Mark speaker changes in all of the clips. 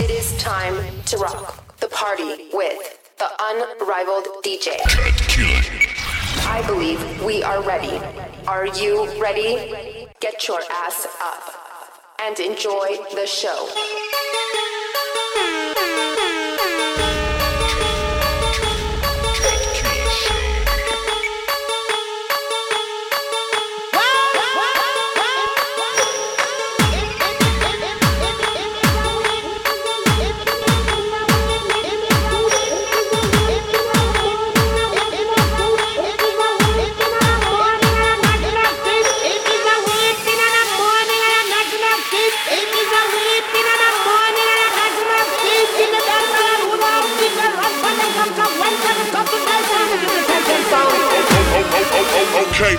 Speaker 1: is time to rock the party with the unrivaled DJ. I believe we are ready. Are you ready? Get your ass up and enjoy the show.
Speaker 2: Okay.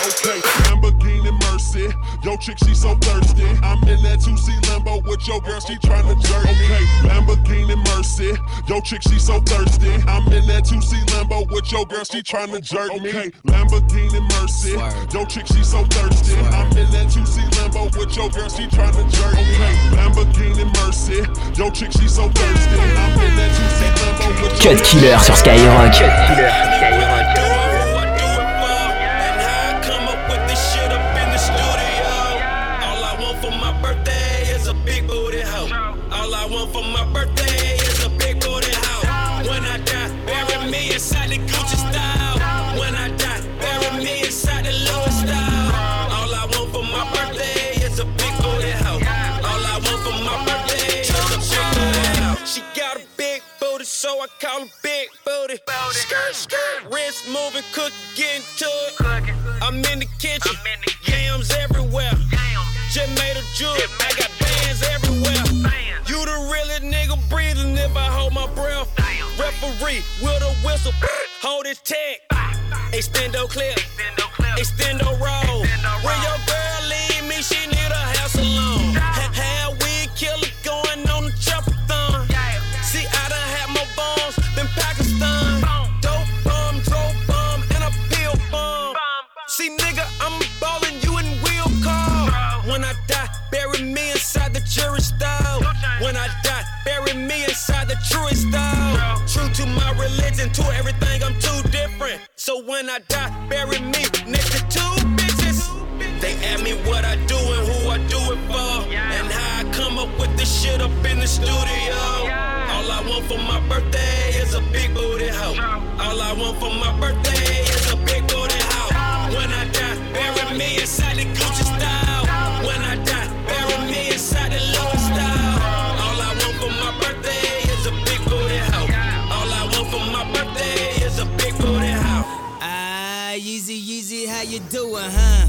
Speaker 2: Okay, Lamborghini Mercy. Yo, chick, she so thirsty. I'm in that 2C limbo with your girl, she tryna jerk me. Okay, Lamborghini Mercy. Yo, chick, she so thirsty. I'm in that 2C limbo with your girl, she tryna jerk me. Okay, Lamborghini Mercy. Yo, chick, she so thirsty. I'm in that 2C limbo with your girl, she tryna jerk me. Okay, Lamborghini Mercy. Yo, chick, she so thirsty. I'm in that 2C limbo with your
Speaker 3: Cut Killer sur Skyrock.
Speaker 4: come up with this shit up in the studio. All I want for my birthday is a big booty hoe. All I want for my birthday is a big booty hoe. When I die, bury me inside the Gucci style. When I die, bury me inside the Louis style. All I want for my birthday is a big booty hoe. All I want for my birthday is a big booty hoe. She got a big booty, so I call her big booty. Skirt, skirt, wrist moving, cook, get into it. I'm in the kitchen, yams everywhere. Just made a juke, I got bands everywhere. You the realest nigga breathing if I hold my breath. Referee with a whistle, hold his tag. Extendo clip, extendo roll. When your girl leave me, she need a house alone. Ha- Had weed killer going on the triple thumb. See, I done had more bombs than Pakistan. Dope bomb, dope bomb, and a pill bomb. See, nigga, I'm ballin', you and will call. When I die, bury me inside the jury style. When I die, bury me inside the truest style. True to my religion, to everything, I'm too different. So when I die, bury me next to two bitches. They ask me what I do and who I do it for. And how I come up with this shit up in the studio. All I want for my birthday is a big booty hoe. All I want for my birthday is a big booty hoe. When I die, bury me inside the Gucci style. When I die, bury me inside the Louis style. All I want for my birthday is a big booty hoe. All I want for my birthday is a big booty hoe.
Speaker 5: Ah, Yeezy, Yeezy, how you doing, huh?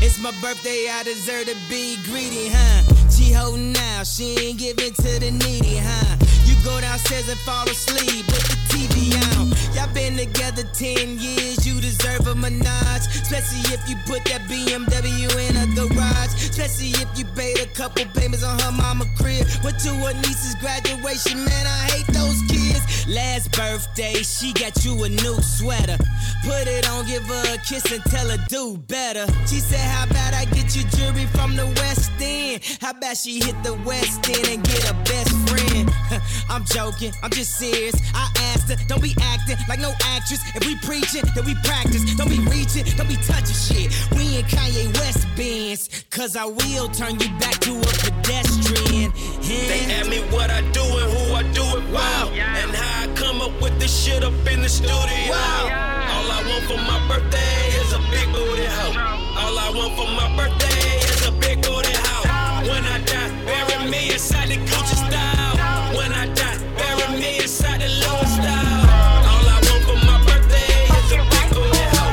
Speaker 5: It's my birthday, I deserve to be greedy, huh? She holding out, she ain't giving to the needy, huh? You go downstairs and fall asleep with the TV on. Y'all been together 10 years, you deserve a menage. Especially if you put that BMW in a garage. Especially if you paid a couple payments on her mama crib. Went to her niece's graduation, man, I hate those kids. Last birthday, she got you a new sweater. Put it on, give her a kiss and tell her do better. She said, How about I get you jewelry from the West End? How about she hit the West End and get a best friend? I'm joking, I'm just serious. I asked her, don't be acting like no actress. If we preaching, then we practice. Don't be reaching, don't be touching shit. We in Kanye West Benz, cause I will turn you back to a pedestrian.
Speaker 4: They ask me what I do and who I do it for, and how I come up with this shit up in the studio. All I want for my birthday is a big booty hoe. All I want for my birthday is a big booty hoe. When I die, bury me inside the Gucci style. When I die, bury me inside the Louis style. All I want for my birthday is a big booty hoe.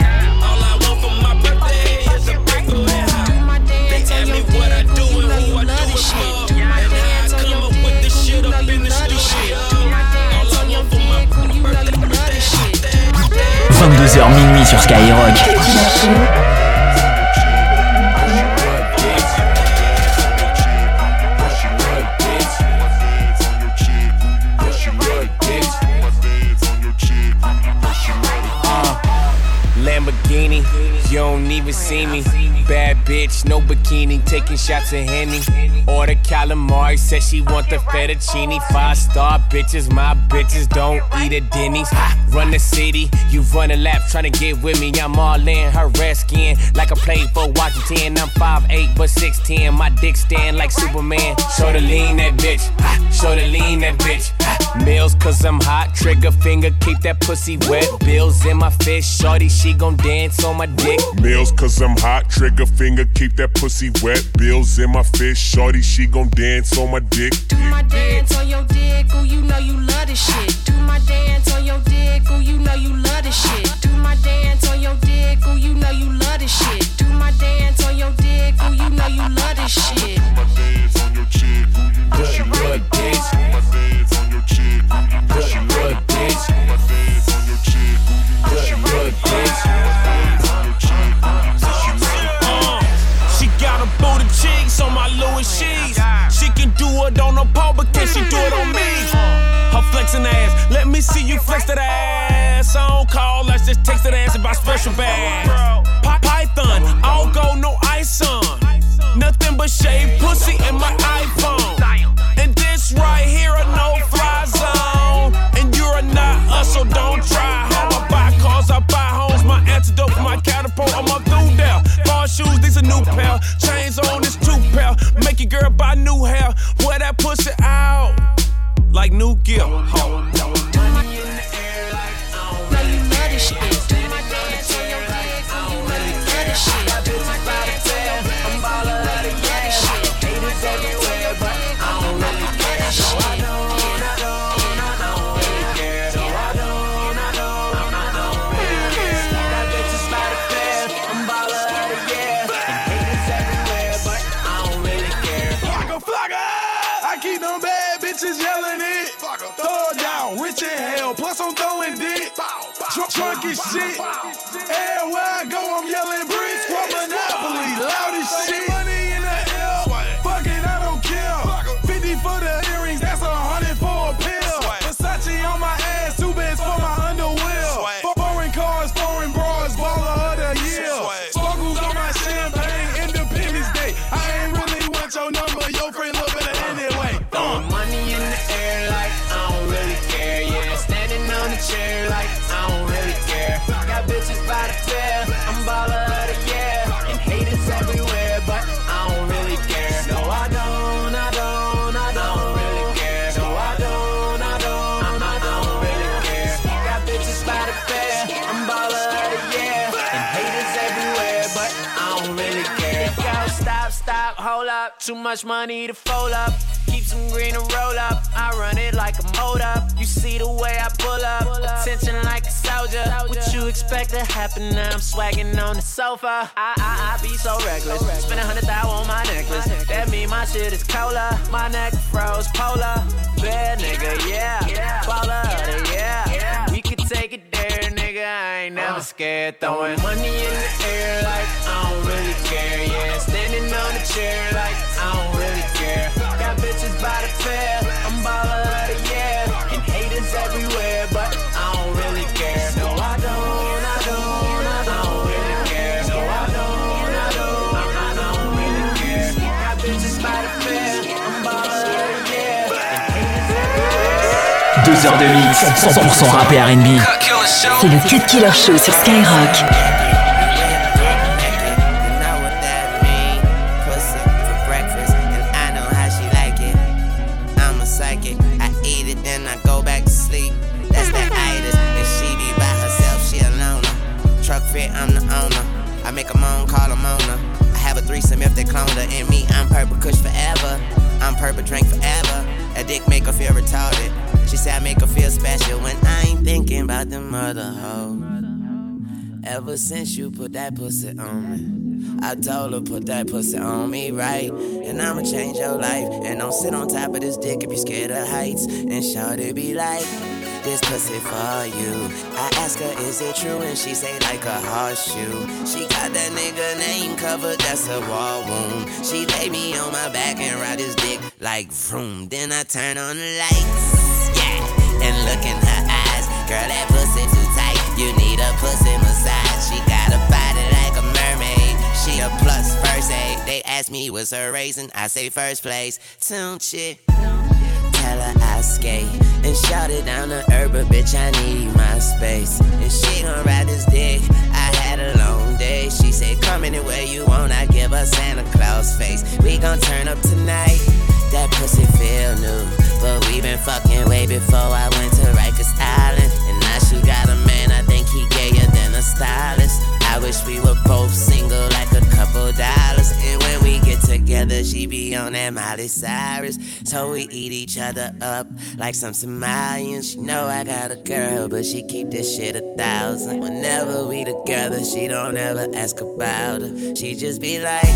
Speaker 4: All I want for my birthday is a big booty hoe. They ask me what I do and who I do it for. Do my dance on your dick, you know you love this shit. Do my dance on your dick, you know you love this shit.
Speaker 3: 22h minuit sur Skyrock.
Speaker 4: Lamborghini, you don't even see me. Bad bitch, no bikini, taking shots of Henny. Order calamari, said she want the fettuccine. Five star bitches, my bitches don't eat at Denny's. Run the city, you run a lap, tryna get with me. I'm all in her red skin, like I played for Washington. I'm 5'8 but 6'10, my dick stand like Superman. Show the lean that bitch, show the lean that bitch. Meals, cause I'm hot, trigger finger, keep that pussy wet. Bills in my fist, shorty, she gon' dance on my dick.
Speaker 2: Meals, cause I'm hot. Trigger finger, keep that pussy wet. Bills in my fist. Shorty, she gon' dance on my dick.
Speaker 6: Do my dance on your dick, ooh, you know you love this shit. Do my dance on your dick, ooh, you know you love this shit. Do my dance on your dick, ooh, you know you love this shit. Do my dance on your dick, ooh, you know you love this shit.
Speaker 4: Push your butt, bitch. Push your butt, bitch. Push your butt, bitch. Uh, She got a booty cheeks on my Louis cheese. She can do it on a pole, but can she do it on me? Her flexing ass, let me see you flex that ass. I don't call, let's just text that ass about special bags. Pi- Python, all go no ice on. Nothing but shaved pussy in my iPhone. And this right here a no fly zone. And you're not us, so don't try. How I buy cars, I buy homes. My antidote for my catapult, I'm up through there. Ball shoes, these a new pair. Chains on, this two pair. Make your girl buy new hair. Wear that pussy out. Like new gear. Ho.
Speaker 6: Know you love this shit. Do my dance on your dick, ooh, you know you love this shit. Do my dance on your dick, ooh, you know you love this shit. Do my dance on your dick, ooh, you know you love this shit.
Speaker 7: Flocka, flocka! I keep them bad bitches yelling it. Throw it down, rich in hell. Plus I'm throwing dick. Drunk, drunk as shit. Everywhere I go, I'm yelling bricks. What monopoly? Loud as shit. Money in the air. Fuck it, I don't care. 50 for the earrings, that's a hundred for a pill. Versace on my ass, two beds for my underwear. Foreign cars, foreign bras, baller of the year. Sparkles on my champagne, Independence Day. I ain't really want your number, your friend look better anyway. Uh.
Speaker 8: Money in the air like I don't really care. Yeah, standing on the chair like I don't really care. Got bitches by the pair, I'm baller of the year. And haters everywhere, but I don't really care. No, I don't, I don't, I don't really care. No, I don't, I don't, I don't really care. Got bitches by the pair, I'm baller of the year. And haters everywhere, but I don't really care. Yo, stop, stop, hold up. Too much money to fold up. Keep some green and roll up. I run it like a mode up. You see the way I pull up. Attention like a soldier. What you expect to happen now? I'm swagging on the sofa. I, I, I be so reckless. Spend a hundred thou on my necklace. That mean my shit is cola. My neck froze polar. Bad nigga, yeah. Baller, yeah. We could take it there, nigga. I ain't never scared throwing money in the air like I don't really care. Yeah, standing on a chair like I don't really care. Got bitches by the pair, I'm baller of the year, and haters everywhere, but I don't really care. No, I don't, I don't, I don't really care. No, I don't, I don't, I don't really care. Got bitches by the pair, I'm baller of the year, and haters everywhere.
Speaker 3: 2 heures de mix, 100% rappé RB.
Speaker 9: C'est le Cut Killer Show sur Skyrock.
Speaker 5: You know what that mean? Pussy for breakfast, and I know how she like it. I'm a psychic. I eat it, then I go back to sleep. That's that itis, and she be by herself. She alone. Truck fit, I'm the owner. I make a moan, call a moaner. I have a threesome if they clone her. And me, I'm purple kush forever. I'm purple drink forever. That dick make her feel retarded. She said I make her feel special when I ain't thinking about the mother hoe. Ever since you put that pussy on me, I told her put that pussy on me right, and I'ma change your life. And don't sit on top of this dick if you scared of heights. And shawty be like, this pussy for you. I ask her, is it true? And she say, like a horseshoe. She got that nigga name covered, that's a war wound. She lay me on my back and ride his dick like vroom. Then I turn on the lights, yeah, and look in her eyes. Girl, that pussy too tight. You need a pussy massage. She got a body like a mermaid. She a plus first aid. They ask me what's her raising. I say first place. Don't you? Tell her I skate and shout it down to her, but bitch, I need my space. And she gon' ride this dick. I had a long day. She said, Come anywhere you want. I give her Santa Claus face. We gon' turn up tonight. That pussy feel new, but we been fucking way before I went to Rikers Island. And now she got a man. I think he gayer than a stylist. I wish we were both single like a couple dollars. And when we get together, she be on that Miley Cyrus. So we eat each other up like some Somalians. She know I got a girl, but she keep this shit a thousand. Whenever we together, she don't ever ask about her. She just be like,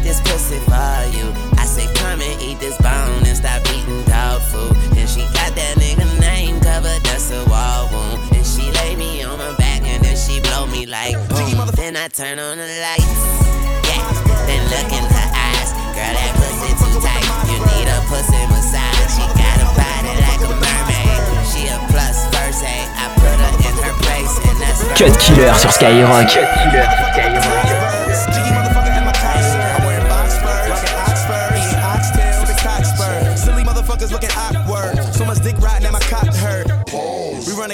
Speaker 5: this pussy for you. I say, come and eat this bone and stop eating dog food. And she got that nigga name covered, that's a wall wound. And she lay me on my back and then she blow me like boom. Then I turn on the lights, yeah. Then look in her eyes, girl that pussy too tight. You need a pussy massage. She got a body like a mermaid. She a plus first aid. I put her in her place and that's
Speaker 3: Cut Killer sur Skyrock. Cut Killer sur Skyrock.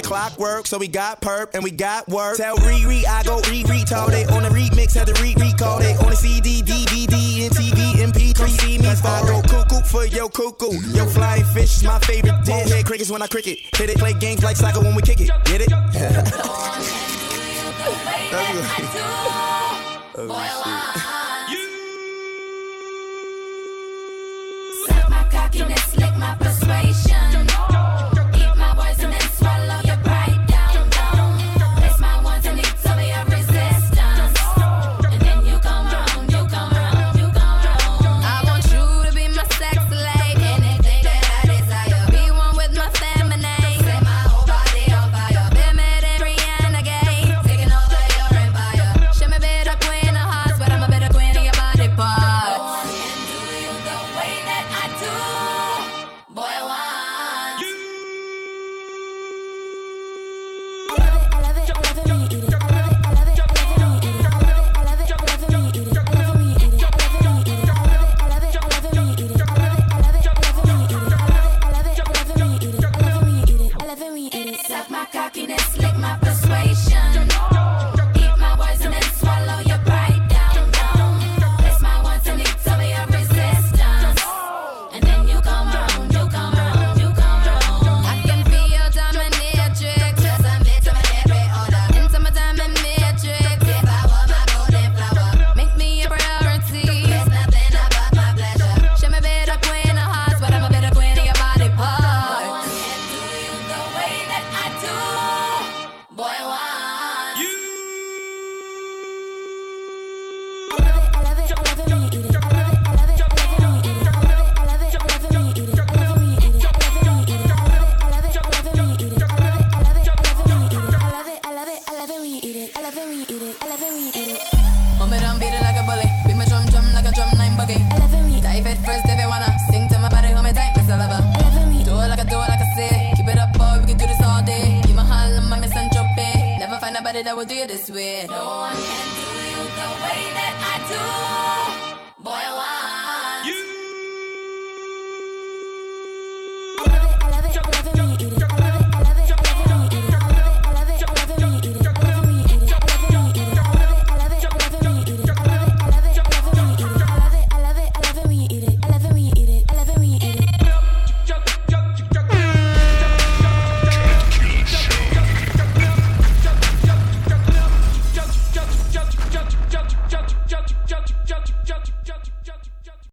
Speaker 10: clockwork, so we got perp and we got work. Tell Riri I go re-read all day on the remix, had to re-recall it on the CD, DVD, and TV, MP. Come see me, I go cuckoo for yo cuckoo. Yo flying fish is my favorite dish. Head crickets when I cricket, hit it, play games like soccer when we kick it. Get it?
Speaker 11: oh, shit. Suck my cockiness, slick my persuasion. that will do you this way. No one can do you the way that I do.